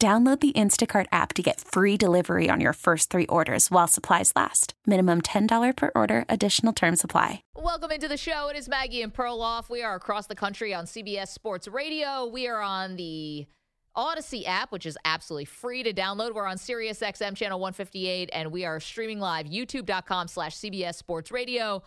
Download the Instacart app to get free delivery on your first three orders while supplies last. Minimum $10 per order, additional term supply. Welcome into the show. It is Maggie and Perloff. We are across the country on CBS Sports Radio. We are on the Odyssey app, which is absolutely free to download. We're on Sirius XM channel 158, and we are streaming live youtube.com slash CBS Sports Radio.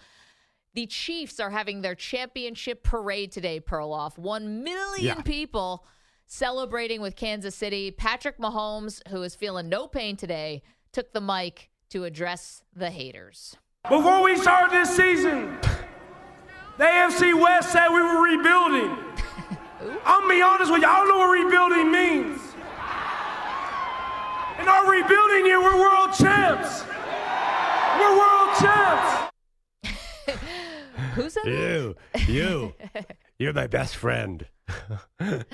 The Chiefs are having their championship parade today, Perloff. One million Yeah. people celebrating with Kansas City. Patrick Mahomes, who is feeling no pain today, took the mic to address the haters. Before we started this season, the AFC West said we were rebuilding. I'm gonna be honest with you, I don't know what rebuilding means. In our rebuilding year, we're world champs. We're world champs. Who said that? You, you, you're my best friend. the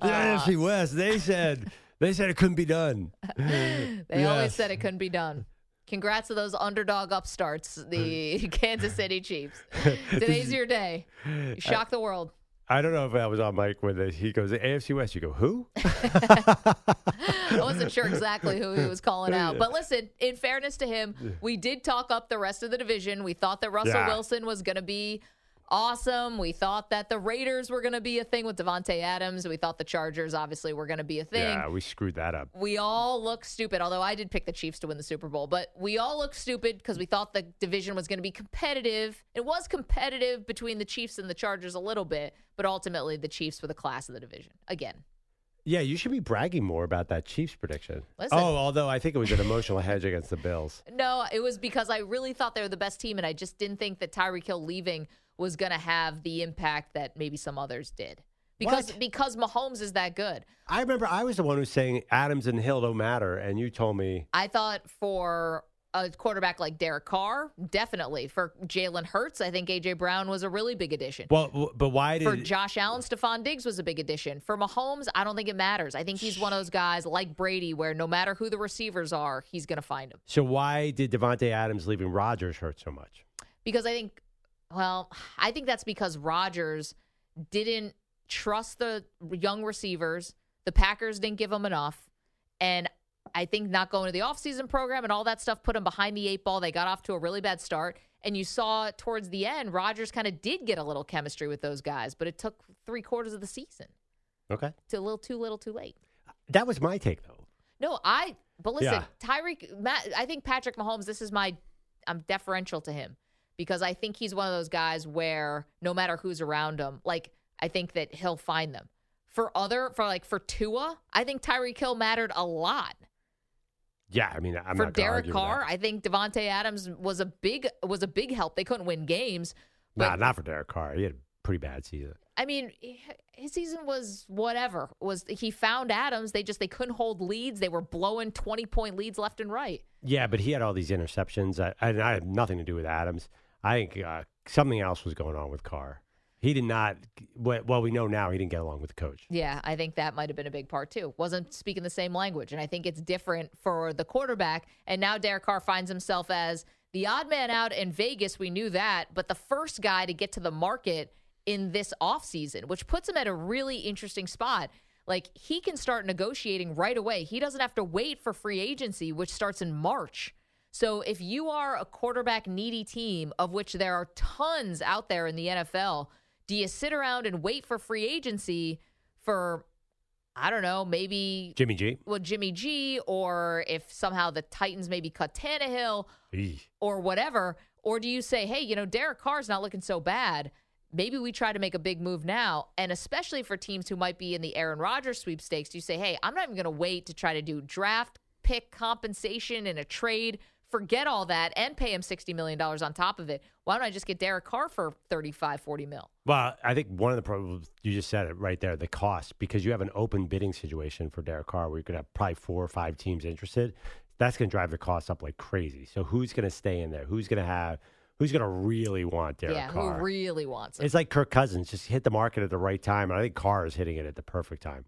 NFC West. They said they said it couldn't be done. They always Yes. said it couldn't be done. Congrats to those underdog upstarts, the Kansas City Chiefs. Today's your day. You Shock the world. I don't know if I was on mic when they, he goes AFC West. You go who? I wasn't sure exactly who he was calling out. But listen, in fairness to him, we did talk up the rest of the division. We thought that Russell Yeah. Wilson was going to be awesome. We thought that the Raiders were going to be a thing with Devontae Adams. We thought the Chargers, obviously, were going to be a thing. Yeah, we screwed that up. we all look stupid, although I did pick the Chiefs to win the Super Bowl, but we all look stupid because we thought the division was going to be competitive. It was competitive between the Chiefs and the Chargers a little bit, but ultimately the Chiefs were the class of the division. Again, Yeah, you should be bragging more about that Chiefs prediction. Listen. Oh, although I think it was an emotional hedge against the Bills. no, it was because I really thought they were the best team, and I just didn't think that Tyreek Hill leaving was going to have the impact that maybe some others did. Because What? because Mahomes is that good. I remember I was the one who was saying Adams and Hill don't matter, and you told me I thought for a quarterback like Derek Carr, definitely. For Jalen Hurts, I think AJ Brown was a really big addition. well, w- but why did For Josh Allen, Stephon Diggs was a big addition. For Mahomes, I don't think it matters. I think he's one of those guys like Brady where no matter who the receivers are, he's going to find them. so why did Devonte Adams leaving Rodgers hurt so much? Because I think, well, I think that's because Rodgers didn't trust the young receivers. The Packers didn't give him enough. And I think not going to the offseason program and all that stuff put him behind the eight ball. They got off to a really bad start. And you saw towards the end, Rodgers kind of did get a little chemistry with those guys, but it took three quarters of the season. Okay, It's a little too little too late. that was my take though. No, I. But listen, Yeah. Tyreek. Matt, I think Patrick Mahomes. This is my. I'm deferential to him because I think he's one of those guys where no matter who's around him, like I think that he'll find them. For other, for like for Tua, I think Tyreek Hill mattered a lot. Yeah, I mean, I'm for not gonna Derek argue with that. Carr, I think Devonte Adams was a big was a big help. They couldn't win games, but nah, not for Derek Carr. He had a pretty bad season. I mean, h- his season was whatever. Was he found Adams? They just they couldn't hold leads. They were blowing twenty point leads left and right. Yeah, but he had all these interceptions. I, I, I had nothing to do with Adams. I think uh, something else was going on with Carr. He did not. What well, we know now, he didn't get along with the coach. Yeah, I think that might have been a big part too. Wasn't speaking the same language. And I think it's different for the quarterback. And now Derek Carr finds himself as the odd man out in Vegas. We knew that. But the first guy to get to the market in this offseason, which puts him at a really interesting spot. Like he can start negotiating right away. He doesn't have to wait for free agency, which starts in March. So if you are a quarterback needy team, of which there are tons out there in the NFL, do you sit around and wait for free agency for I don't know, maybe Jimmy G. well Jimmy G or if somehow the Titans maybe cut Tannehill or whatever? Or do you say, hey, you know, Derek Carr's not looking so bad. Maybe we try to make a big move now. And especially for teams who might be in the Aaron Rodgers sweepstakes, you say, hey, I'm not even going to wait to try to do draft pick compensation and a trade. Forget all that and pay him $60 million on top of it. Why don't I just get Derek Carr for 35, 40 mil? Well, I think one of the problems you just said it right there, the cost, because you have an open bidding situation for Derek Carr where you could have probably four or five teams interested. That's going to drive the cost up like crazy. So who's going to stay in there? Who's going to have? Who's going to really want Derek yeah, Carr? who really wants it? It's like Kirk Cousins just hit the market at the right time, and I think Carr is hitting it at the perfect time.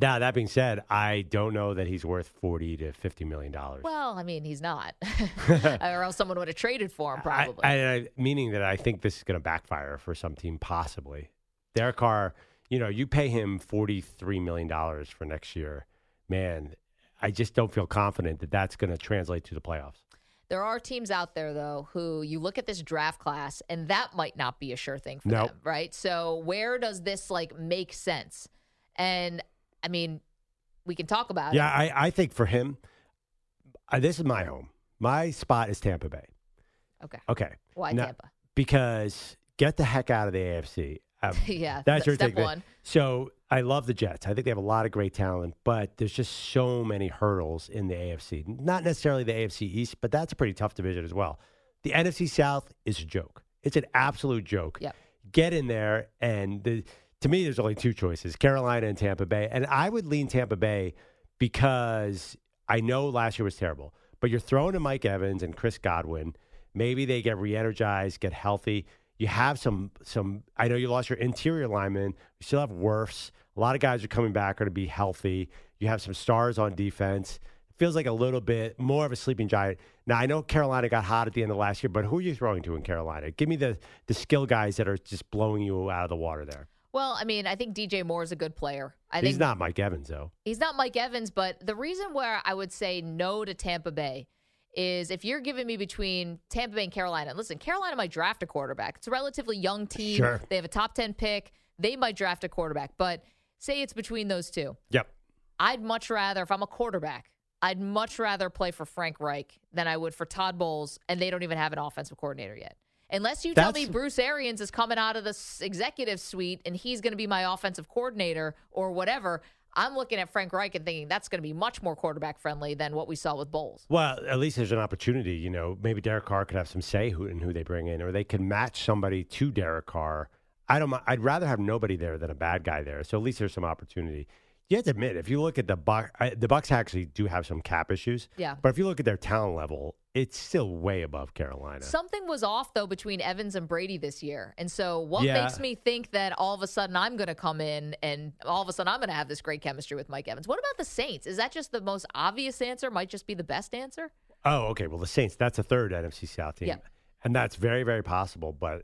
Now that being said, I don't know that he's worth forty to fifty million dollars. Well, I mean, he's not. or else someone would have traded for him, I- probably. I, I, meaning that I think this is going to backfire for some team, possibly. Derek Carr, you know, you pay him $43 million for next year. Man, I just don't feel confident that that's going to translate to the playoffs. There are teams out there though who you look at this draft class and that might not be a sure thing for Nope. them, right? So where does this like make sense? And I mean, we can talk about Yeah, it. I, I think for him, uh, this is my home. My spot is Tampa Bay. Okay. Okay. Why Now- Tampa? Because get the heck out of the AFC. Um, Yeah, That's th- your step take there. one. So I love the Jets. I think they have a lot of great talent, but there's just so many hurdles in the AFC. Not necessarily the AFC East, but that's a pretty tough division as well. The NFC South is a joke. It's an absolute joke. Yep. Get in there, and the, to me, there's only two choices: Carolina and Tampa Bay. And I would lean Tampa Bay because I know last year was terrible, but you're throwing to Mike Evans and Chris Godwin. Maybe they get re-energized, get healthy. You have some some. I know you lost your interior lineman. You still have Werfs. A lot of guys are coming back are to be healthy. You have some stars on defense. It feels like a little bit more of a sleeping giant. Now I know Carolina got hot at the end of last year, but who are you throwing to in Carolina? Give me the the skill guys that are just blowing you out of the water there. Well, I mean, I think DJ Moore is a good player. I He's think not Mike Evans though. He's not Mike Evans, but the reason where I would say no to Tampa Bay is if you're giving me between Tampa Bay and Carolina. Listen, Carolina might draft a quarterback. It's a relatively young team. Sure. They have a top 10 pick. They might draft a quarterback, but say it's between those two. Yep. I'd much rather, if I'm a quarterback, I'd much rather play for Frank Reich than I would for Todd Bowles, and they don't even have an offensive coordinator yet. Unless you tell me That's- Bruce Arians is coming out of the s- executive suite and he's going to be my offensive coordinator or whatever, I'm looking at Frank Reich and thinking that's going to be much more quarterback friendly than what we saw with Bowles. Well, at least there's an opportunity. You know, maybe Derek Carr could have some say who in who they bring in, or they could match somebody to Derek Carr. I don't. mi- I'd rather have nobody there than a bad guy there. So at least there's some opportunity. You have to admit, if you look at the Buck, I- the Bucks actually do have some cap issues. Yeah. But if you look at their talent level, it's still way above Carolina. Something was off though between Evans and Brady this year. And so what Yeah. makes me think that all of a sudden I'm going to come in and all of a sudden I'm going to have this great chemistry with Mike Evans? What about the Saints? Is that just the most obvious answer? Might just be the best answer? oh, okay. Well, the Saints. That's a third NFC South team, Yeah. and that's very, very possible. But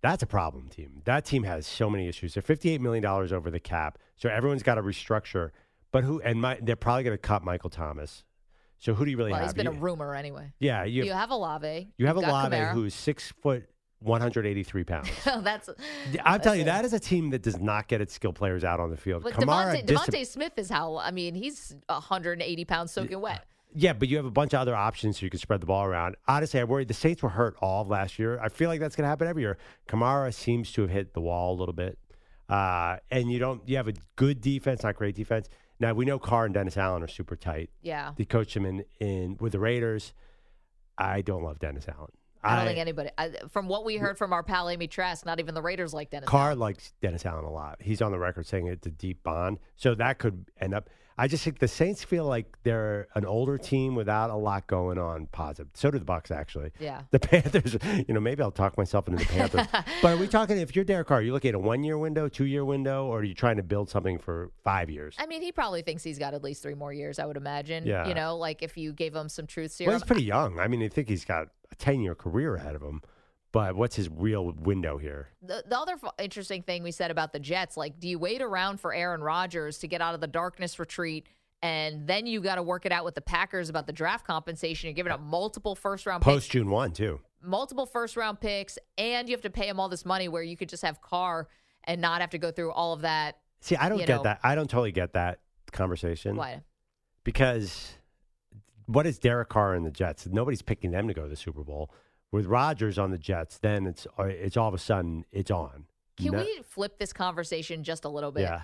that's a problem team. That team has so many issues. They're fifty-eight million dollars over the cap, so everyone's got to restructure. But who? And my, they're probably going to cut Michael Thomas. So who do you really well, have? it's been a You- rumor anyway. yeah, you You, have have, Olave. you have you've got Olave, Kamara. who's six foot, one hundred eighty-three pounds. that's I'm telling you, that is a team that does not get its skill players out on the field. But Kamara Devontae, dis- Devontae Smith is how I mean he's 180 pounds soaking wet. Yeah, but you have a bunch of other options so you can spread the ball around. Honestly, I worried the Saints were hurt all of last year. I feel like that's going to happen every year. Kamara seems to have hit the wall a little bit, uh, and you don't. You have a good defense, not great defense. Now we know Carr and Dennis Allen are super tight. Yeah, They coach him in, in with the Raiders. I don't love Dennis Allen. I don't think anybody. I, from what we heard from our pal Amy Trask, not even the Raiders like Dennis. Carr likes Dennis Allen a lot. He's on the record saying it's a deep bond. So that could end up. I just think the Saints feel like they're an older team without a lot going on positive. So do the Bucks actually. Yeah. The Panthers, you know, maybe I'll talk myself into the Panthers. but are we talking if you're Derek Carr, are you looking at a one year window, two year window, or are you trying to build something for five years? I mean, he probably thinks he's got at least three more years. I would imagine. Yeah. You know, like if you gave him some truth Well, serum. he's pretty young. I mean, I think he's got a ten year career ahead of him. But what's his real window here? the, the other f- interesting thing we said about the Jets, like, do you wait around for Aaron Rodgers to get out of the darkness retreat? And then you got to work it out with the Packers about the draft compensation. You're giving up multiple first round picks, Post June one too. multiple first round picks, and you have to pay him all this money where you could just have Carr and not have to go through all of that See, I don't you get know. that. I don't totally get that conversation Why? because what is Derek Carr and the Jets? Nobody's picking them to go to the Super Bowl. With Rodgers on the Jets, then it's uh, it's all of a sudden it's on. Can No- we flip this conversation just a little bit? Yeah,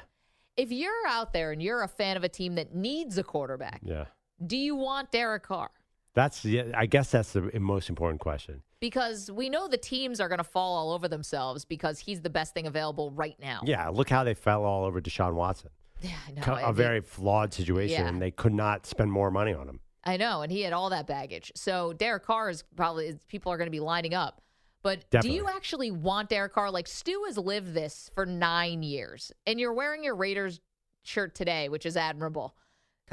If you're out there and you're a fan of a team that needs a quarterback, yeah. do you want Derek Carr? That's yeah. I guess that's the most important question. Because we know the teams are going to fall all over themselves because he's the best thing available right now. Yeah, look how they fell all over Deshaun Watson. Yeah, I know. Co- I a mean- very flawed situation, Yeah. and they could not spend more money on him. I know, and he had all that baggage. So Derek Carr is probably is- people are going to be lining up. But Definitely. do you actually want Derek Carr? Like Stu has lived this for nine years, and you're wearing your Raiders shirt today, which is admirable.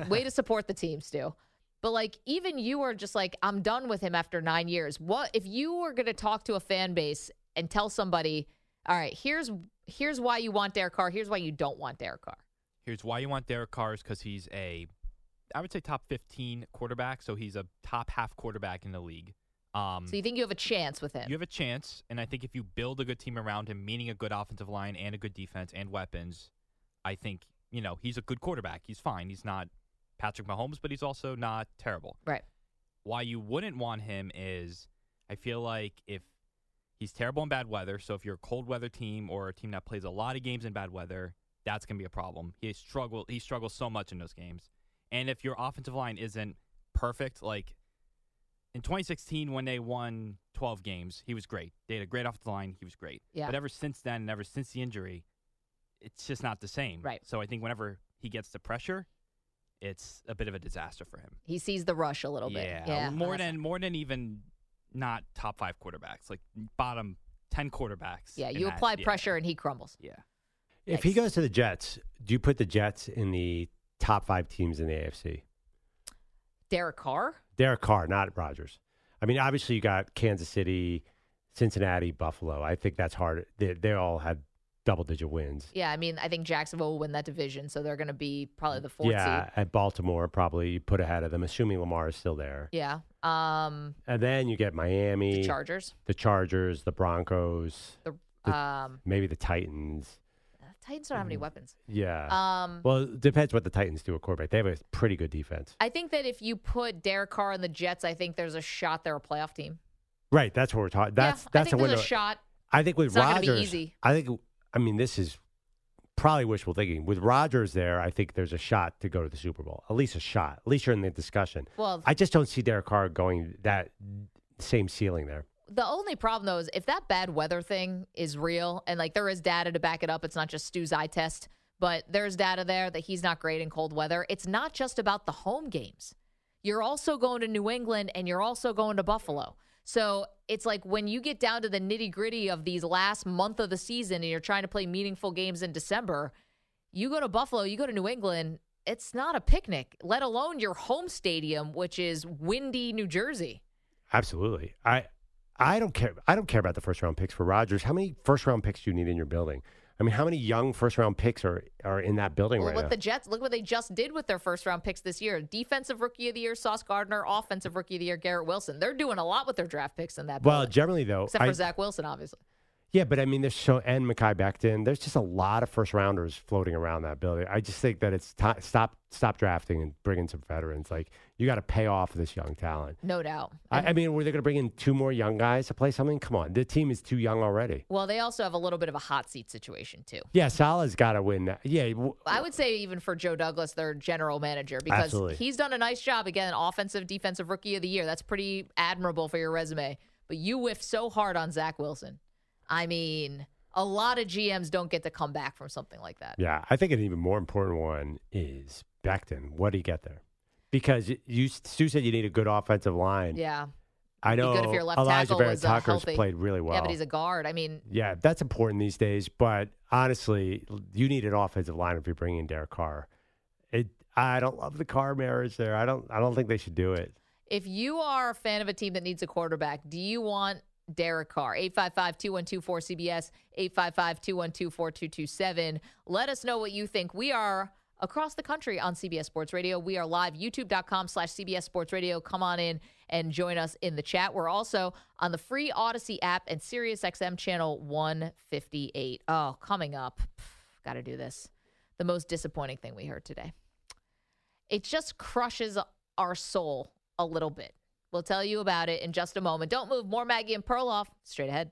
Way to support the team, Stu. But like, even you are just like, I'm done with him after nine years. What if you were going to talk to a fan base and tell somebody, all right, here's here's why you want Derek Carr, here's why you don't want Derek Carr. Here's why you want Derek Carr is because he's a, I would say top 15 quarterback. So he's a top half quarterback in the league. Um, So you think you have a chance with him? You have a chance, and I think if you build a good team around him, meaning a good offensive line and a good defense and weapons, I think you know he's a good quarterback. He's fine. He's not Patrick Mahomes, but he's also not terrible. right. Why you wouldn't want him is, I feel like if he's terrible in bad weather, so if you're a cold weather team or a team that plays a lot of games in bad weather, that's gonna be a problem. He struggle. He struggles so much in those games, and if your offensive line isn't perfect, like in 2016 when they won 12 games, he was great. They had a great offensive line. He was great. Yeah. But ever since then, and ever since the injury, it's just not the same. Right. So I think whenever he gets the pressure, it's a bit of a disaster for him. He sees the rush a little yeah. bit. Yeah. More that's- than more than even not top five quarterbacks, like bottom 10 quarterbacks. Yeah, in you that- apply yeah. pressure and he crumbles. Yeah. If he Yikes. goes to the Jets, do you put the Jets in the top five teams in the AFC? Derek Carr? Derek Carr, not Rodgers. I mean, obviously you got Kansas City, Cincinnati, Buffalo. I think that's hard. They, they all had double digit wins. Yeah, I mean, I think Jacksonville will win that division, so they're going to be probably the fourth yeah, seed. at Baltimore probably you put ahead of them, assuming Lamar is still there. Yeah. Um, And then you get Miami, the Chargers. the Chargers, the Broncos, The, The- um, maybe the Titans. Titans don't have Mm-hmm. any weapons. Yeah. Um, well, it depends what the Titans do at quarterback. They have a pretty good defense. I think that if you put Derek Carr and the Jets, I think there's a shot they're a playoff team. Right, that's what we're talking. That's yeah, that's I a think there's window. a shot. I think with It's not gonna Rodgers, be easy. I think I mean this is probably wishful thinking. With Rodgers there, I think there's a shot to go to the Super Bowl. At least a shot. At least you're in the discussion. Well, I just don't see Derek Carr going that same ceiling there. the only problem though is if that bad weather thing is real and like there is data to back it up it's not just stu's eye test but there's data there that he's not great in cold weather it's not just about the home games you're also going to new england and you're also going to buffalo so it's like when you get down to the nitty gritty of these last month of the season and you're trying to play meaningful games in december you go to buffalo you go to new england it's not a picnic let alone your home stadium which is windy new jersey Absolutely. I I don't care. I don't care about the first round picks for Rodgers. How many first round picks do you need in your building? I mean, how many young first round picks are are in that building Well, right what now? the Jets look what they just did with their first round picks this year: defensive rookie of the year Sauce Gardner, offensive rookie of the year Garrett Wilson. They're doing a lot with their draft picks in that. well, building. generally though, except for I- Zach Wilson, obviously. Yeah, but I mean, there's so and Mackay Becton. There's just a lot of first rounders floating around that building. I just think that it's ti stop stop drafting and bring in some veterans. Like you got to pay off this young talent. No doubt. I, I mean, were they going to bring in two more young guys to play something? Come on, the team is too young already. Well, they also have a little bit of a hot seat situation too. Yeah, Salah's got to win. That. Yeah, w- I would say even for Joe Douglas, their general manager, because Absolutely. he's done a nice job again, offensive, defensive rookie of the year. That's pretty admirable for your resume. But you whiffed so hard on Zach Wilson. I mean, a lot of GMs don't get to come back from something like that. yeah. I think an even more important one is Becton. What do you get there? Because you- you Stu said you need a good offensive line. yeah. I know be good if your left Elijah tackle Barrett was uh, Tucker's healthy. played really well. Yeah, but he's a guard. I mean, Yeah, that's important these days. But honestly, you need an offensive line if you're bringing Derek Carr. It, I don't love the Carr marriage there. I don't. I don't think they should do it. if you are a fan of a team that needs a quarterback, do you want Derek Carr? 855-2124-CBS, 855-212-4227. Let us know what you think. We are across the country on CBS Sports Radio. We are live, youtube.com slash CBS Sports Radio. Come on in and join us in the chat. We're also on the free Odyssey app and SiriusXM channel 158. Oh, coming up. Got to do this. the most disappointing thing we heard today. It just crushes our soul a little bit. We'll tell you about it in just a moment. Don't move. More Maggie and Perloff straight ahead.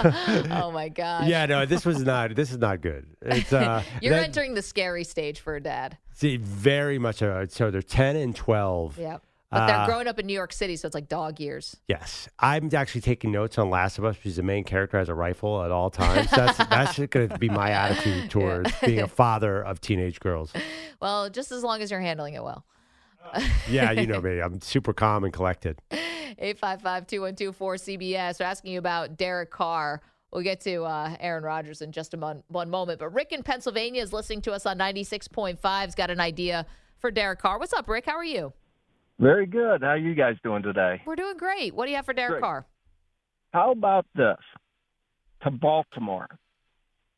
oh my gosh. yeah, no, this was not this is not good. It's uh, You're that- entering the scary stage for a dad. see, very much uh, so. They're 10 and 12. Yeah. But they're Uh, growing up in New York City, so it's like dog years. Yes, I'm actually taking notes on Last of Us because the main character has a rifle at all times. That's that's going to be my attitude towards being a father of teenage girls. Well, just as long as you're handling it well. Yeah, you know me. I'm super calm and collected. 855 212 cbs We're asking you about Derek Carr. We'll get to uh, Aaron Rodgers in just a mon- one moment. But Rick in Pennsylvania is listening to us on 96.5. He's got an idea for Derek Carr. What's up, Rick? How are you? Very good. How you guys doing today? We're doing great. What do you have for Derek Great. Carr? How about this? To Baltimore.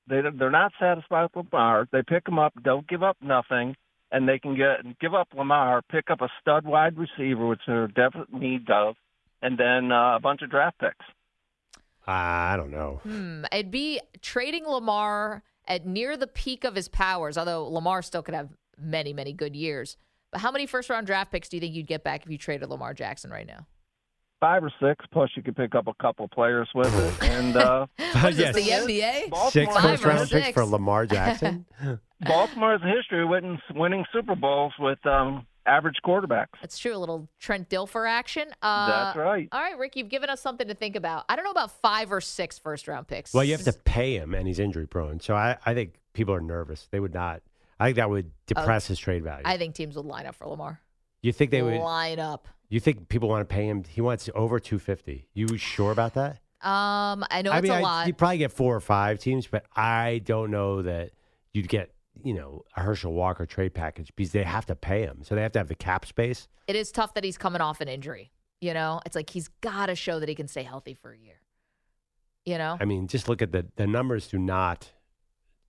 They, they're not satisfied with Lamar. They pick him up, don't give up nothing, and they can get give up Lamar, pick up a stud wide receiver, which they're definitely need of, and then uh, a bunch of draft picks. I don't know. Hmm, it'd be trading Lamar at near the peak of his powers, although Lamar still could have many, many good years. But how many first round draft picks do you think you'd get back if you traded Lamar Jackson right now? Five or six, plus you could pick up a couple players with it. And uh, What is yes, this, the NBA? Baltimore, six Five first or round picks six. for Lamar Jackson. Baltimore has a history of winning, winning Super Bowls with um, average quarterbacks. That's true. A little Trent Dilfer action. Uh, That's right. All right, Rick, you've given us something to think about. I don't know about five or six first round picks. Oh. well, you have to pay him, and he's injury prone. So I, I think people are nervous. They would not. I think that would depress his trade value. Oh, I think teams would line up for Lamar. you think they would? line up. You think people want to pay him? He wants over 250. You sure about that? Um, I know I it's mean, a I- lot. you'd probably get four or five teams, but I don't know that you'd get, you know, a Herschel Walker trade package because they have to pay him. So they have to have the cap space. it is tough that he's coming off an injury. You know, it's like he's got to show that he can stay healthy for a year. You know, I mean, just look at the the numbers do not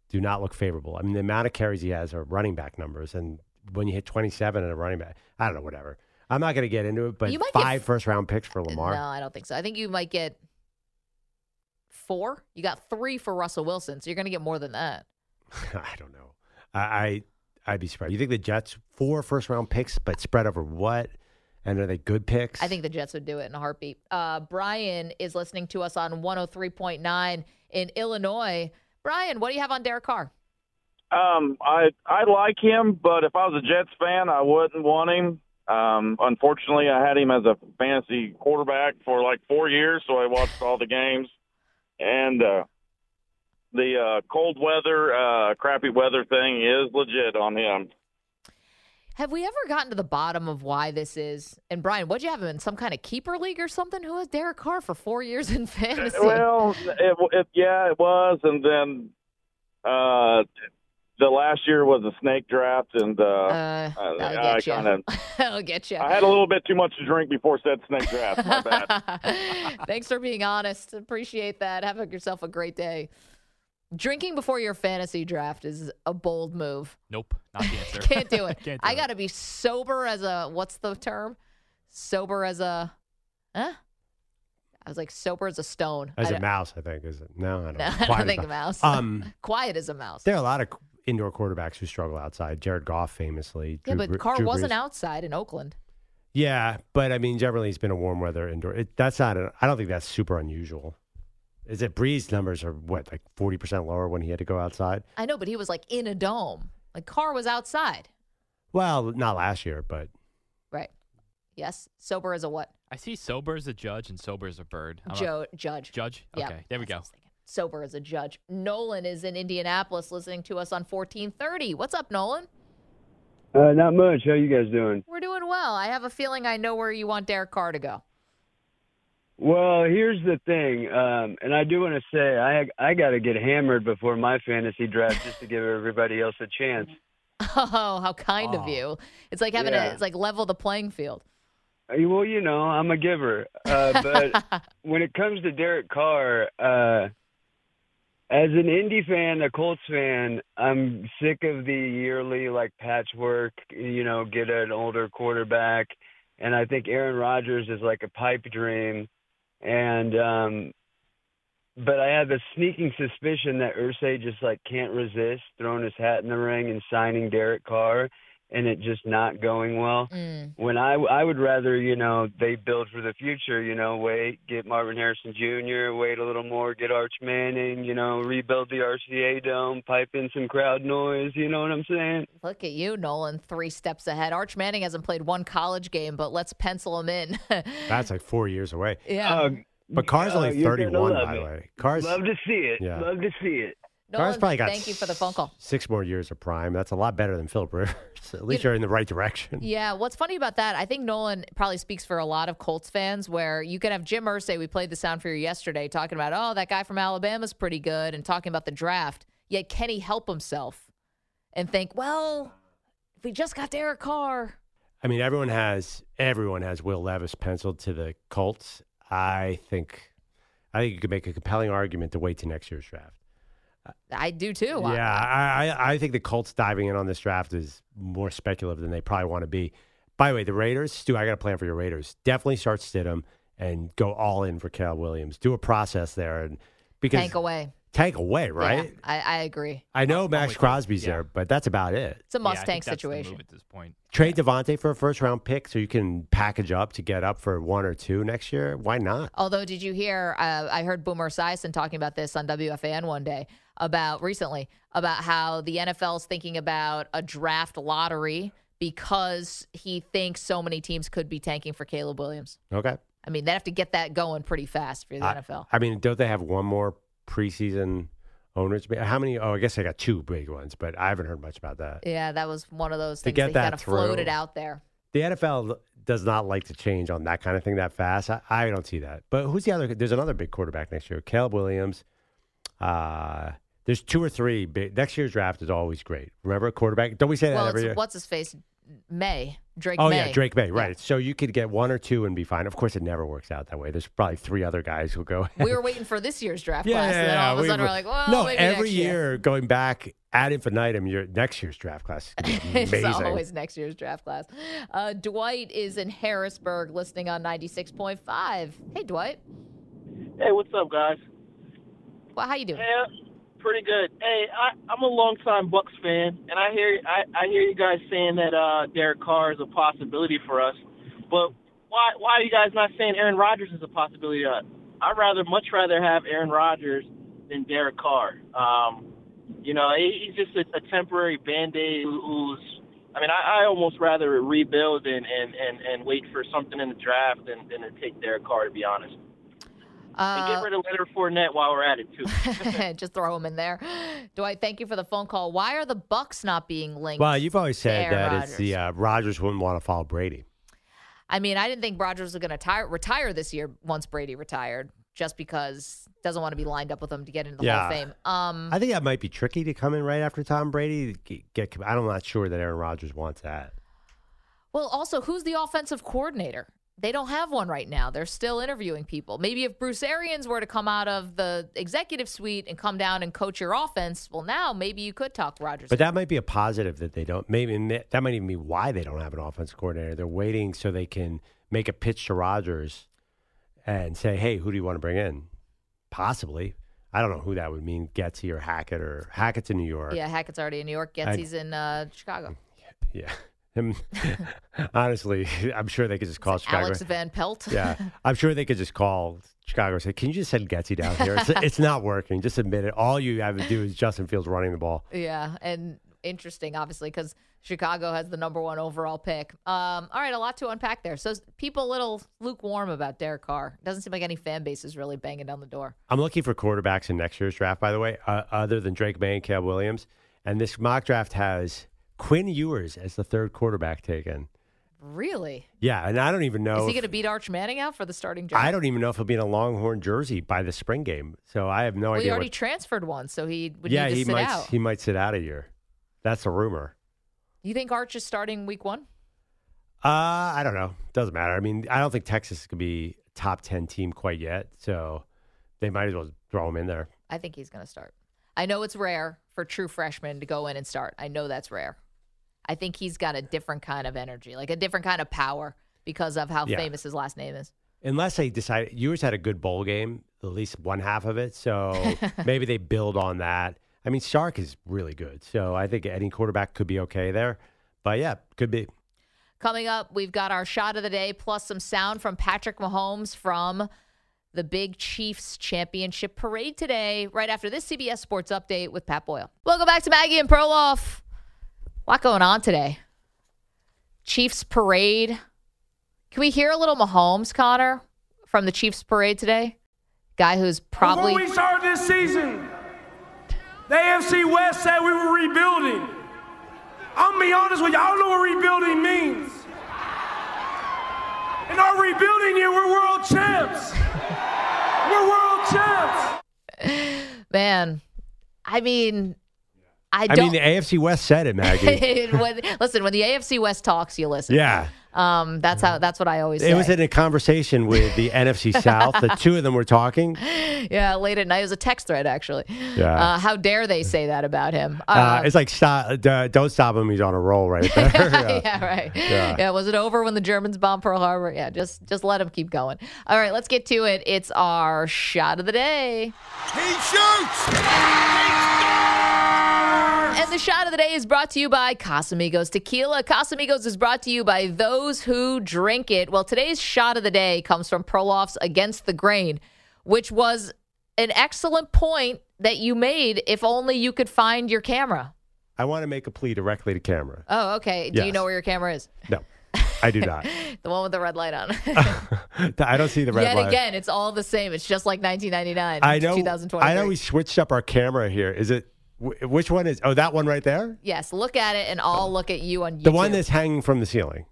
do not look favorable. I mean, the amount of carries he has are running back numbers and when you hit 27 and a running back, I don't know whatever. I'm not going to get into it, but You might get five f- round picks for Lamar. No, I don't think so. I think you might get four. You got three for Russell Wilson, so you're going to get more than that. I don't know. I, I I'd be surprised. You think the Jets four first round picks, but spread over what? And are they good picks? I think the Jets would do it in a heartbeat. Uh, Brian is listening to us on 103.9 in Illinois. Brian, what do you have on Derek Carr? Um, I I like him, but if I was a Jets fan, I wouldn't want him. Um, unfortunately, I had him as a fantasy quarterback for like four years, so I watched all the games. And uh, the uh, cold weather, uh, crappy weather thing is legit on him. Have we ever gotten to the bottom of why this is? And Brian, what'd you have him in? Some kind of keeper league or something? Who has Derek Carr for four years in fantasy? Well, it, it, yeah, it was, and then uh, the last year was a snake draft, and uh, uh, I- I'll I get you. kinda- I'll get you. I had a little bit too much to drink before said snake draft. My bad. Thanks for being honest. Appreciate that. Have yourself a great day. Drinking before your fantasy draft is a bold move. Nope, not the answer. Can't do it. Can't do I it. got to be sober as a what's the term? Sober as a huh? I was like sober as a stone. as I a don't- mouse, I think is it? No, I No, don't. know. I don't Quiet as think a- mouse. Um, Quiet as a mouse. there are a lot of indoor quarterbacks who struggle outside. Jared Goff famously. yeah, Drew Bre- but Carr Drew wasn't Brees. outside in Oakland. Yeah, but I mean, generally it's been a warm weather indoor. It, that's not. I I don't think that's super unusual. Is it Breeze numbers are what like forty percent lower when he had to go outside? I know, but he was like in a dome. Like Carr was outside. Well, not last year, but Right. Yes. Sober as a what? I see sober as a judge and sober as a bird. I'm a- Joe judge. judge. Yeah, Okay, there we that's what I go. was thinking. Sober as a judge. Nolan is in Indianapolis listening to us on 1430. What's up, Nolan? Uh, not much. How you guys doing? We're doing well. I have a feeling I know where you want Derek Carr to go. Well, here's the thing, um, and I do want to say I I got to get hammered before my fantasy draft just to give everybody else a chance. Oh, how kind of you! It's like having a Yeah. it's like level the playing field. Uh, Well, you know, I'm a giver. Uh, but when it comes to Derek Carr, uh, as an Indy fan, a Colts fan, I'm sick of the yearly like patchwork. You know, get an older quarterback, and I think Aaron Rodgers is like a pipe dream. And um, but I have a sneaking suspicion that Ursay just like can't resist throwing his hat in the ring and signing Derek Carr, and it just not going well when I I would rather you know they build for the future. You know, wait, get Marvin Harrison Jr., wait a little more, get Arch Manning. You know, rebuild the RCA dome, pipe in some crowd noise. You know what I'm saying? Look at you, Nolan, three steps ahead. Arch Manning hasn't played one college game, but let's pencil him in. That's like four years away. Yeah. Uh, but Carr's uh, only you're gonna 31, love by the it. way. Carr's Love to see it. Yeah. Love to see it. Nolan, probably got thank you for the phone call. six more years of prime. That's a lot better than Philip Rivers. At least you're in the right direction. Yeah, what's funny about that, I think Nolan probably speaks for a lot of Colts fans where you could have Jim Irsay, we played the sound for you yesterday, talking about, oh, that guy from Alabama's pretty good and talking about the draft. Yet can he help himself and think, well, if we just got Derek Carr. I mean, everyone has everyone has Will Levis penciled to the Colts. I think, I think you could make a compelling argument to wait to next year's draft. I do too. I- Yeah, I, I, I think the Colts diving in on this draft is more speculative than they probably want to be. By the way, the Raiders, Stu, I got a plan for your Raiders. Definitely start Stidham and go all in for Cal Williams. Do a process there and because Tank away. tank away, right? Yeah, I, I agree. I know Max Crosby's there, but that's about it. It's a Mustang situation. at this point. Trade Devontae for a first round pick so you can package up to get up for one or two next year. Why not? Although, did you hear? Uh, I heard Boomer Sison talking about this on WFAN one day about recently about how the NFL's thinking about a draft lottery because he thinks so many teams could be tanking for Caleb Williams. Okay. I mean, they have to get that going pretty fast for the I- NFL. I, mean, don't they have one more preseason owners? meeting? How many? Oh, I guess they got two big ones, but I haven't heard much about that. Yeah, that was one of those To things get that, that kind of floated through. out there. The NFL does not like to change on that kind of thing that fast. I, I don't see that. But who's the other? There's another big quarterback next year, Caleb Williams. Uh, there's two or three big. Next year's draft is always great. Remember, quarterback. Don't we say well, that every it's, year? what's his face? May Drake. oh May. yeah, Drake May. Right. So you could get one or two and be fine. Of course, it never works out that way. There's probably three other guys who go. We were waiting for this year's draft class, and then all of a we sudden were- we're like, well, no, maybe every next year. going back ad infinitum, your next year's draft class is gonna be it's amazing. always next year's draft class. Uh, Dwight is in Harrisburg listening on 96.5. Hey, Dwight. Hey, what's up, guys? Well, how you doing? Yeah, pretty good. Hey, I, I'm a longtime Bucks fan, and I hear I, I hear you guys saying that uh, Derek Carr is a possibility for us. But why why are you guys not saying Aaron Rodgers is a possibility? To us? I'd rather much rather have Aaron Rodgers than Derek Carr. Um, you know, he, he's just a, a temporary band aid who's. I mean, I, I almost rather rebuild and, and, and, and wait for something in the draft than, than to take Derek Carr, to be honest. and Uh, get rid of Leonard Fournette while we're at it, too. just throw him in there. Dwight, thank you for the phone call. Why are the Bucks not being linked? Well, you've always to said Aaron that Rodgers? it's the uh, Rodgers wouldn't want to follow Brady. I mean, I didn't think Rodgers was going to tire- retire this year once Brady retired, just because doesn't want to be lined up with him to get into the Hall of Yeah. Fame. Um, I think that might be tricky to come in right after Tom Brady. Get, get I'm not sure that Aaron Rodgers wants that. Well, also, who's the offensive coordinator? They don't have one right now. They're still interviewing people. Maybe if Bruce Arians were to come out of the executive suite and come down and coach your offense, well, now maybe you could talk Rodgers. But that might be a positive that they don't. Maybe and that that might even be why they don't have an offensive coordinator. They're waiting so they can make a pitch to Rodgers and say, "Hey, who do you want to bring in?" Possibly. I don't know who that would mean. Getzey or Hackett or Hackett's in New York. yeah, Hackett's already in New York. Gets I- he's in uh, Chicago. Yeah. Him- honestly, I'm sure they could just call Chicago. Alex Van Pelt. yeah. I'm sure they could just call Chicago and say, Can you just send Getzey down here? It's, it's not working. Just admit it. All you have to do is Justin Fields running the ball. yeah, and interesting, obviously, because Chicago has the number one overall pick. Um, all right, a lot to unpack there. So people a little lukewarm about Derek Carr. Doesn't seem like any fan base is really banging down the door. I'm looking for quarterbacks in next year's draft, by the way, uh, other than Drake May and Cam Williams. And this mock draft has Quinn Ewers as the third quarterback taken. Really? Yeah, and I don't even know. Is he if- going to beat Arch Manning out for the starting job? I don't even know if he'll be in a Longhorn jersey by the spring game. So I have no Well, he idea. already what, transferred one, so he would yeah, need to he sit might out. he might sit out a year. That's a rumor. You think Arch is starting week one? Uh, I don't know. Doesn't matter. I mean, I don't think Texas could be a top ten team quite yet. So they might as well throw him in there. I think he's going to start. I know it's rare for true freshmen to go in and start. I know that's rare. I think he's got a different kind of energy, like a different kind of power because of how Yeah. famous his last name is. Unless they decide, yours had a good bowl game, at least one half of it. So maybe they build on that. I mean, Sark is really good. So I think any quarterback could be okay there. But yeah, could be. Coming up, we've got our shot of the day plus some sound from Patrick Mahomes from the Big Chiefs Championship Parade today, right after this CBS Sports Update with Pat Boyle. Welcome back to Maggie and Perloff. A lot going on today. Chiefs Parade. Can we hear a little Mahomes, Connor, from the Chiefs Parade today? Guy who's probably. Before we started this season, the AFC West said we were rebuilding. I'm gonna be honest with you, I don't know what rebuilding means. In our rebuilding year, we're world champs. We're world champs. Man, I mean, I I, don't. mean, the AFC West said it, Maggie. when, listen, when the AFC West talks, you listen. yeah. Um, that's how. That's what I always. say. It was in a conversation with the NFC South. The two of them were Uh, talking. yeah, late at night. It was a text thread, actually. Yeah. Uh, how dare they say that about him? Uh, Uh, it's like, stop, uh, don't stop him. He's on a roll right there. yeah. Yeah. right. Yeah. Yeah. was it over when the Germans bombed Pearl Harbor? Yeah, just just let him keep going. All right, let's get to it. It's our shot of the day. He shoots! And the shot of the day is brought to you by Casamigos Tequila. Casamigos is brought to you by those who drink it. Well, today's shot of the day comes from Perloff's Against the Grain, which was an excellent point that you made if only you could find your camera. I want to make a plea directly to camera. Oh, okay. Do you Yes. know where your camera is? No, I do not. The one with the red light on. I don't see the red Yet light. again, it's all the same. It's just like 1999. I know. 2020. I know we switched up our camera here. Is it wh- which one is? Oh, that one right there. Yes, look at it, and I'll look at you on YouTube. The one that's hanging from the ceiling.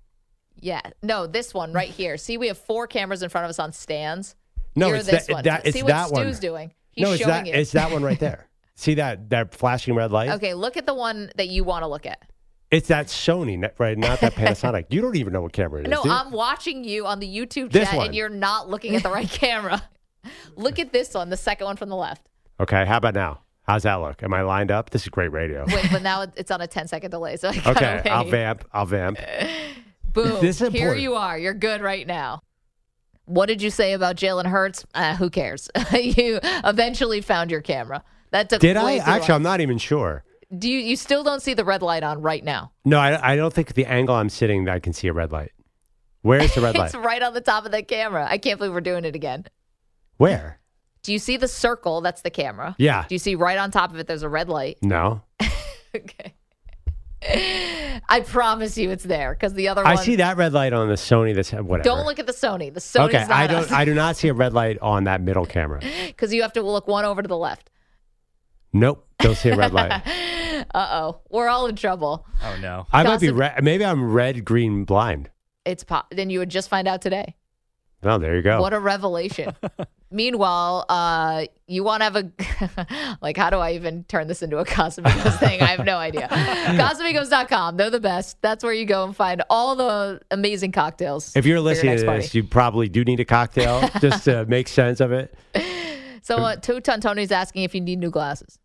Yeah, no, this one right here. See, we have four cameras in front of us on stands. No, You're it's this that- one. that- See it's what that Stu's one. doing. He's no, it's showing that. you. It's that one right there. See that that flashing red light? okay, look at the one that you want to look at. It's that Sony, not- right? Not that Panasonic. you don't even know what camera it is. No, um, do you? I'm watching you on the YouTube This chat, one. and you're not looking at the right camera. Look at this one, the second one from the left. Okay, how about now? How's that look? Am I lined up? This is great radio. Wait, but now it- it's on a 10 second delay, so I gotta okay, wait. I'll vamp. I'll vamp. Boom. This is Here important. you are. You're good right now. What did you say about Jalen Hurts? Uh, who cares? you eventually found your camera. That took Did I? way too Actually, long. I'm not even sure. Do you you still don't see the red light on right now? No, I, I don't think the angle I'm sitting, I can see a red light. Where's the red light? It's right on the top of the camera. I can't believe we're doing it again. Where? Do you see the circle? That's the camera. Yeah. Do you see right on top of it? There's a red light. No. I promise you, it's there because the other I one. see that red light on the Sony. This whatever. Don't look at the Sony. The Sony's okay, not I don't. I do not see a red light on that middle camera. Because you have to look one over to the left. Nope, don't see a red light. Uh oh, we're all in trouble. Oh no, I might be Gossip- red. Maybe I'm red green blind. It's po- then you would just find out today. Oh, there you go. What a revelation. Meanwhile, uh, you want to have a like. How do I even turn this into a Cosmigos thing? I have no idea. Cosmigos.com. They're the best. That's where you go and find all the amazing cocktails. if you're for your listening next to party. this, you probably do need a cocktail just to make sense of it. so uh, two ton Tony's asking if you need new glasses.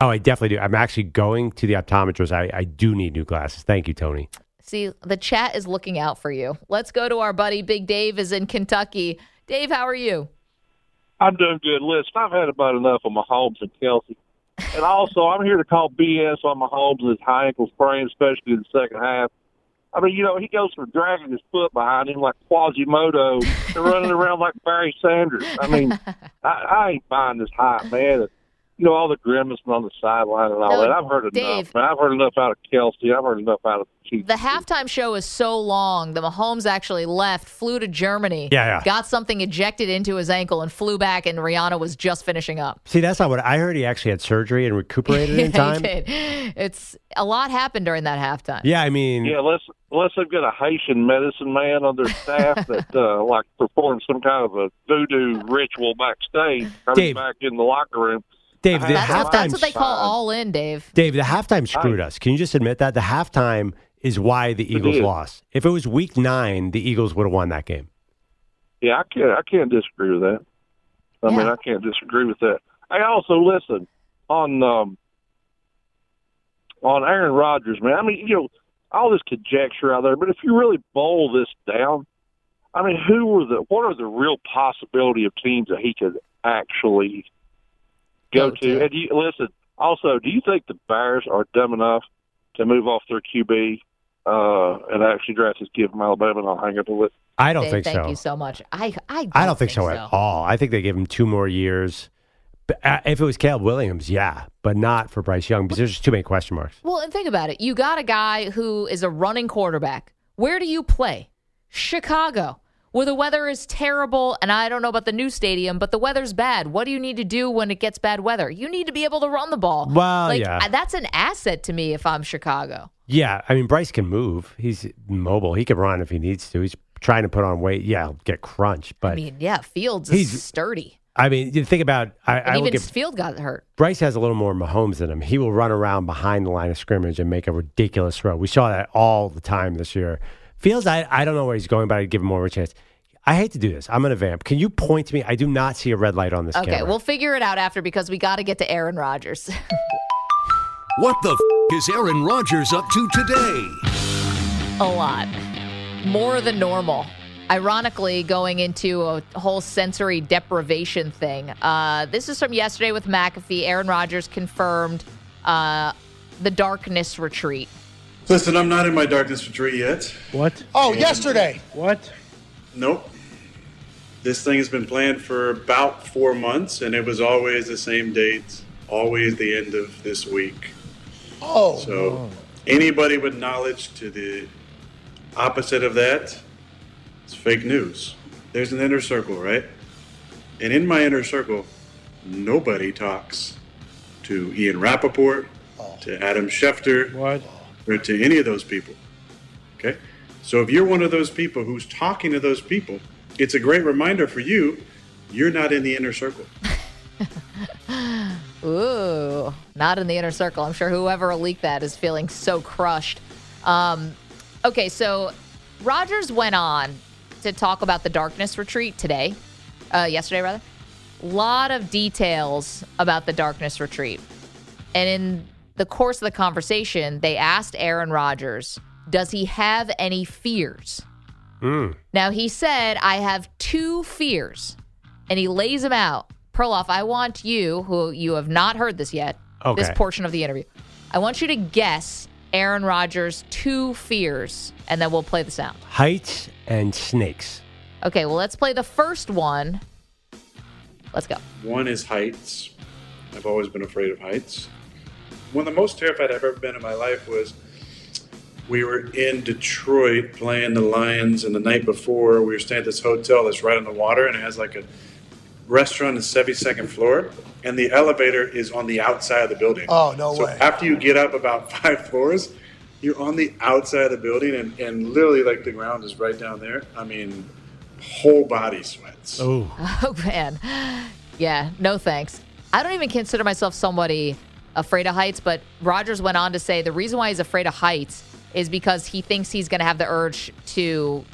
Oh, I definitely do. I'm actually going to the optometrist. I, I do need new glasses. Thank you, Tony. See, the chat is looking out for you. Let's go to our buddy Big Dave is in Kentucky. Dave, how are you? I'm doing good. Listen, I've had about enough of Mahomes and Kelsey. And also, I'm here to call BS on Mahomes and his high ankle sprain, especially in the second half. I mean, you know, he goes from dragging his foot behind him like Quasimodo to running around like Barry Sanders. I mean, I, I ain't buying this hype, man. you know, all the grimacing on the sideline and all No, that. I've heard Dave. enough. Man, I've heard enough out of Kelsey. I've heard enough out of the Chiefs. The halftime show is so long that Mahomes actually left, flew to Germany, Yeah, yeah. got something ejected into his ankle, and flew back. And Rihanna was just finishing up. See, that's not what I heard. He actually had surgery and recuperated in yeah, he time. did. It's a lot happened during that halftime. Yeah, I mean, yeah, unless unless they've got a Haitian medicine man on their staff that uh, like performs some kind of a voodoo ritual backstage, coming Dave. back in the locker room. Dave, the that's, what, that's halftime what they call all in, Dave. Dave, the halftime screwed us. Can you just admit that the halftime is why the Eagles is. lost? If it was Week Nine, the Eagles would have won that game. Yeah, I can't. I can't disagree with that. I mean, Yeah. I can't disagree with that. I also listen on um, on Aaron Rodgers, man. I mean, you know, all this conjecture out there, but if you really boil this down, I mean, who were the? What are the real possibility of teams that he could actually go to? And do you, listen, also, do you think the Bears are dumb enough to move off their QB uh, and actually draft this kid from Alabama? And I'll hang up the list. I don't Dave, think thank so. you so much. I I don't, I don't think, so, at all. I think they gave him two more years. But, uh, if it was Caleb Williams, yeah, but not for Bryce Young because there's just too many question marks. Well, and think about it. You got a guy who is a running quarterback. Where do you play? Chicago, where the weather is terrible. And I don't know about the new stadium, but the weather's bad. What do you need to do when it gets bad weather? You need to be able to run the ball. Well, like, yeah. I- That's an asset to me if I'm Chicago. Yeah, I mean Bryce can move. He's mobile. He can run if he needs to. He's trying to put on weight. Yeah, he'll get crunched, but I mean, yeah, Fields He's- is sturdy. I mean, you think about I, And I will even give Field got hurt. Bryce has a little more Mahomes than him. He will run around behind the line of scrimmage and make a ridiculous throw. We saw that all the time this year. Fields, I, I don't know where he's going, but I'd give him more of a chance. I hate to do this. I'm going to vamp. Can you point to me? I do not see a red light on this Okay, camera. we'll figure it out after because we got to get to Aaron Rodgers. What the f- is Aaron Rodgers up to today? a lot more than normal ironically going into a whole sensory deprivation thing uh, this is from yesterday with mcafee aaron rodgers confirmed uh, the darkness retreat Listen, I'm not in my darkness retreat yet. What? Oh, yesterday. What? Nope. This thing has been planned for about four months, and it was always the same date, always the end of this week. Oh. So, anybody with knowledge to the opposite of that, it's fake news. There's an inner circle, right? And in my inner circle, nobody talks to Ian Rappaport, to Adam Schefter, or to any of those people. Okay? So if you're one of those people who's talking to those people, it's a great reminder for you you're not in the inner circle. Ooh, not in the inner circle. I'm sure whoever leaked that is feeling so crushed. Um, okay, so Rogers went on to talk about the darkness retreat today, uh, yesterday rather. Lot of details about the darkness retreat, and in the course of the conversation, they asked Aaron Rodgers, "Does he have any fears?" Hmm. hmm. Now he said, I have two fears, and he lays them out. Perloff, I want you, who you have not heard this yet, this Okay. portion of the interview, I want you to guess Aaron Rodgers' two fears, and then we'll play the sound. Heights and snakes. Okay, well, let's play the first one. Let's go. One is heights. I've always been afraid of heights. One of the most terrified I've ever been in my life was we were in Detroit playing the Lions, and the night before we were staying at this hotel that's right on the water, and it has like a restaurant on the 72nd floor, and the elevator is on the outside of the building. Oh, no so way. After you get up about five floors, you're on the outside of the building, and, and literally like the ground is right down there. I mean, whole body sweats. Oh. Oh, man. Yeah, no thanks. I don't even consider myself somebody afraid of heights, but Rogers went on to say the reason why he's afraid of heights is because he thinks he's going to have the urge to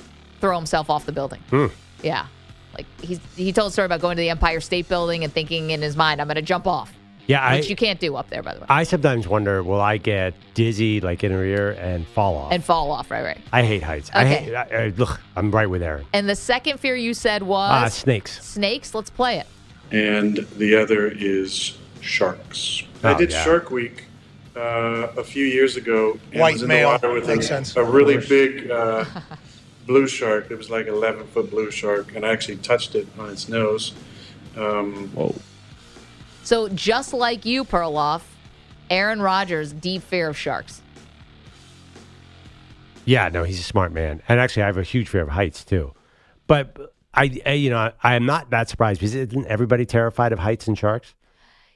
throw himself off the building. Hmm. Yeah. Like he's, he told a story about going to the Empire State Building and thinking in his mind, I'm going to jump off, Yeah, I, which you can't do up there, by the way, I sometimes wonder, will I get dizzy like in a rear and fall off? and fall off. Right, right. I hate heights. I Okay. hate. I, I, look, I'm right with Aaron. And the second fear you said was Ah, snakes. Snakes. Let's play it. and the other is sharks. I Oh, did yeah. Shark Week uh, a few years ago. and White was male. in the water with Makes a, sense. a really Of course. big uh, blue shark. It was like an 11 foot blue shark, and I actually touched it on its nose. Um, Whoa. So just like you, Perloff, Aaron Rodgers, deep fear of sharks. Yeah, no, he's a smart man, and actually, I have a huge fear of heights too. But I, I you know, I, I am not that surprised because isn't everybody terrified of heights and sharks?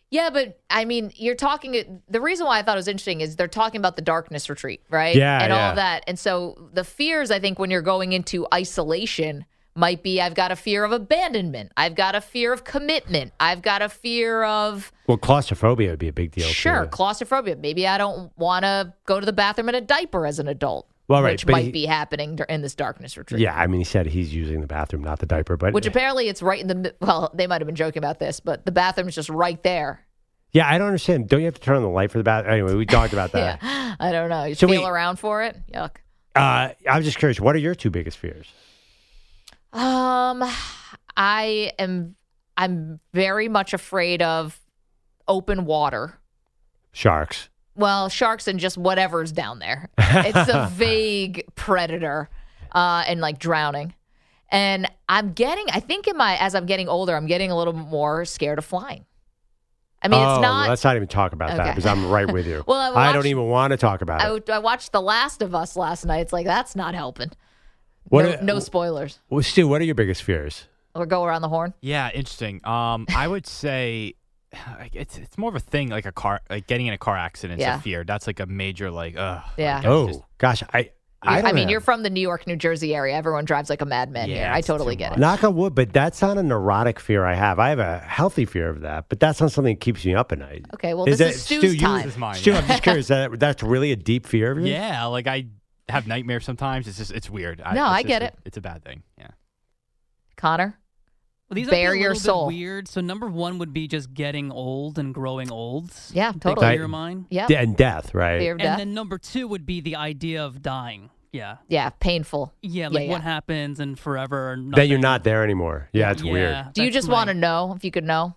Yeah, but I mean, you're talking. The reason why I thought it was interesting is they're talking about the darkness retreat, right? Yeah, and all yeah. of that. And so the fears, I think, when you're going into isolation, might be I've got a fear of abandonment, I've got a fear of commitment, I've got a fear of Well, claustrophobia would be a big deal. too. sure claustrophobia. Maybe I don't want to go to the bathroom in a diaper as an adult, Well, right, which but might he- be happening dur- in this darkness retreat. Yeah, I mean, he said he's using the bathroom, not the diaper, but Which apparently it's right in the mi- well, they might have been joking about this, but the bathroom's just right there. yeah, I don't understand. Don't you have to turn on the light for the bathroom? Anyway, we talked about that. I don't know. You So feel wait. around for it? Yuck. uh, I'm just curious. What are your two biggest fears? Um, I am. I'm very much afraid of open water. Sharks. Well, sharks and just whatever's down there. It's a vague predator, uh, and like drowning. And I'm getting. I think in my as I'm getting older, I'm getting a little more scared of flying. I mean, Oh, it's not. Let's not even talk about Okay. that because I'm right with you. Well, I I don't watched- even want to talk about I, it. w- I watched The Last of Us last night. It's like that's not helping. What no, are- no spoilers. Well, Stu, what are your biggest fears? Or go around the horn. Yeah, interesting. Um, I would say like, it's it's more of a thing like a car, like getting in a car accident is Yeah. a fear. That's like a major like, ugh. Yeah. Oh gosh, I I, don't mean, have- you're from the New York, New Jersey area. Everyone drives like a madman here. Yeah, I it's totally too get it. knock on wood, but that's not a neurotic fear I have. I have a healthy fear of that, but that's not something that keeps me up at night. Okay, well, Is this is that- Stu's Stu, you- time. This is mine. Stu, yeah. I'm just curious. That that's really a deep fear of yours. Yeah, like I have nightmares sometimes. It's just it's weird. No, it's I just get a- it. It's a bad thing. Yeah. Connor, Well, these might be bare a your little bit soul. Weird. So number one would be just getting old and growing old. Yeah, Big totally. Fear of mine. Yeah. De- and death, right? Fear of And death. then number two would be the idea of dying. Yeah. yeah, painful. Yeah. Like what happens and forever. Or Then you're not there anymore. Yeah, it's Yeah. weird. Do you That's just want to know if you could know?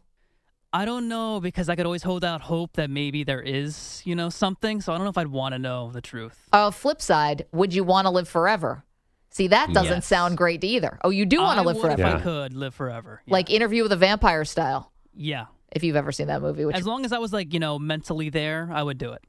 I don't know because I could always hold out hope that maybe there is, you know, something. So I don't know if I'd want to know the truth. Oh, flip side, would you want to live forever? See, that doesn't Yes. sound great either. Oh, you do want I to live would forever. If I could live forever. Like interview with a vampire style, Yeah. if you've ever seen that movie. Which As long as I was like, you know, mentally there, I would do it.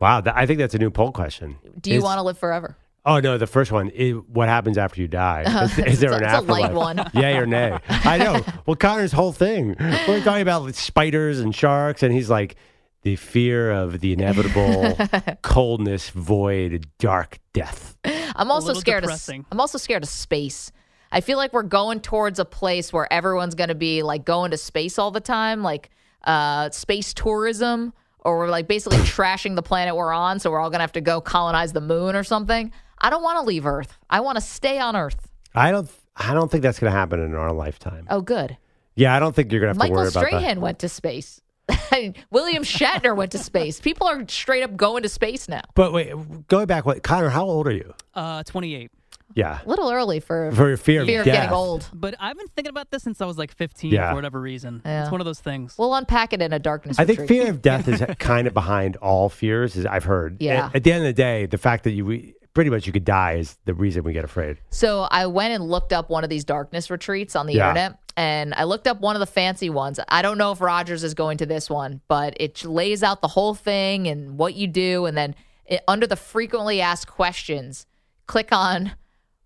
Wow, that, I think that's a new poll question. do you Is- want to live forever? Oh no, the first one. i what happens after you die? Is, is there It's a- an it's a light afterlife? one. Yay or nay? I know. Well, Connor's whole thing. We're talking about like, spiders and sharks, and he's like the fear of the inevitable coldness, void, dark death. I'm also little scared depressing. of I'm also scared of space. I feel like we're going towards a place where everyone's going to be like going to space all the time, like uh, space tourism, or we're like basically trashing the planet we're on. So we're all going to have to go colonize the moon or something. I don't want to leave Earth. I want to stay on Earth. I don't. I don't think that's going to happen in our lifetime. Oh, good. Yeah, I don't think you're going to have to Michael worry about Strahan went to space. William Shatner went to space. People are straight up going to space now. that. But wait, going back, what Connor? How old are you? Uh, 28. Yeah, A little early for for your fear, fear of of death. getting old. But I've been thinking about this since I was like 15 Yeah. for whatever reason. Yeah. It's one of those things. We'll unpack it in a darkness. I think retreat. fear of death is kind of behind all fears, as I've heard. Yeah. At, at the end of the day, the fact that you we, pretty much you could die is the reason we get afraid. So I went and looked up one of these darkness retreats on the Yeah. internet, and I looked up one of the fancy ones. I don't know if Rogers is going to this one, but it lays out the whole thing and what you do, and then it, under the frequently asked questions, click on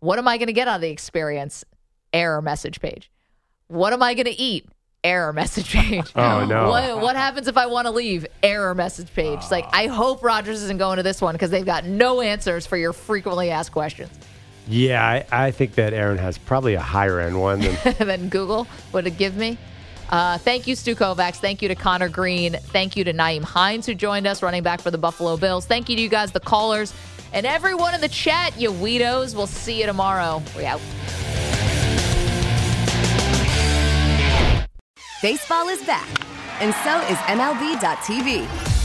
what am I going to get out of the experience? Error message page. What am I going to eat? Error message page. Oh, no. What, what happens if I want to leave? Error message page. It's Like I hope Rogers isn't going to this one because they've got no answers for your frequently asked questions. Yeah, I, I think that Aaron has probably a higher end one than. than Google would it give me. Uh, thank you, Stu Kovacs. Thank you to Connor Green. Thank you to Naeem Hines, who joined us, running back for the Buffalo Bills. Thank you to you guys, the callers, and everyone in the chat, you weirdos. We'll see you tomorrow. We out. Baseball is back, and so is MLB.tv.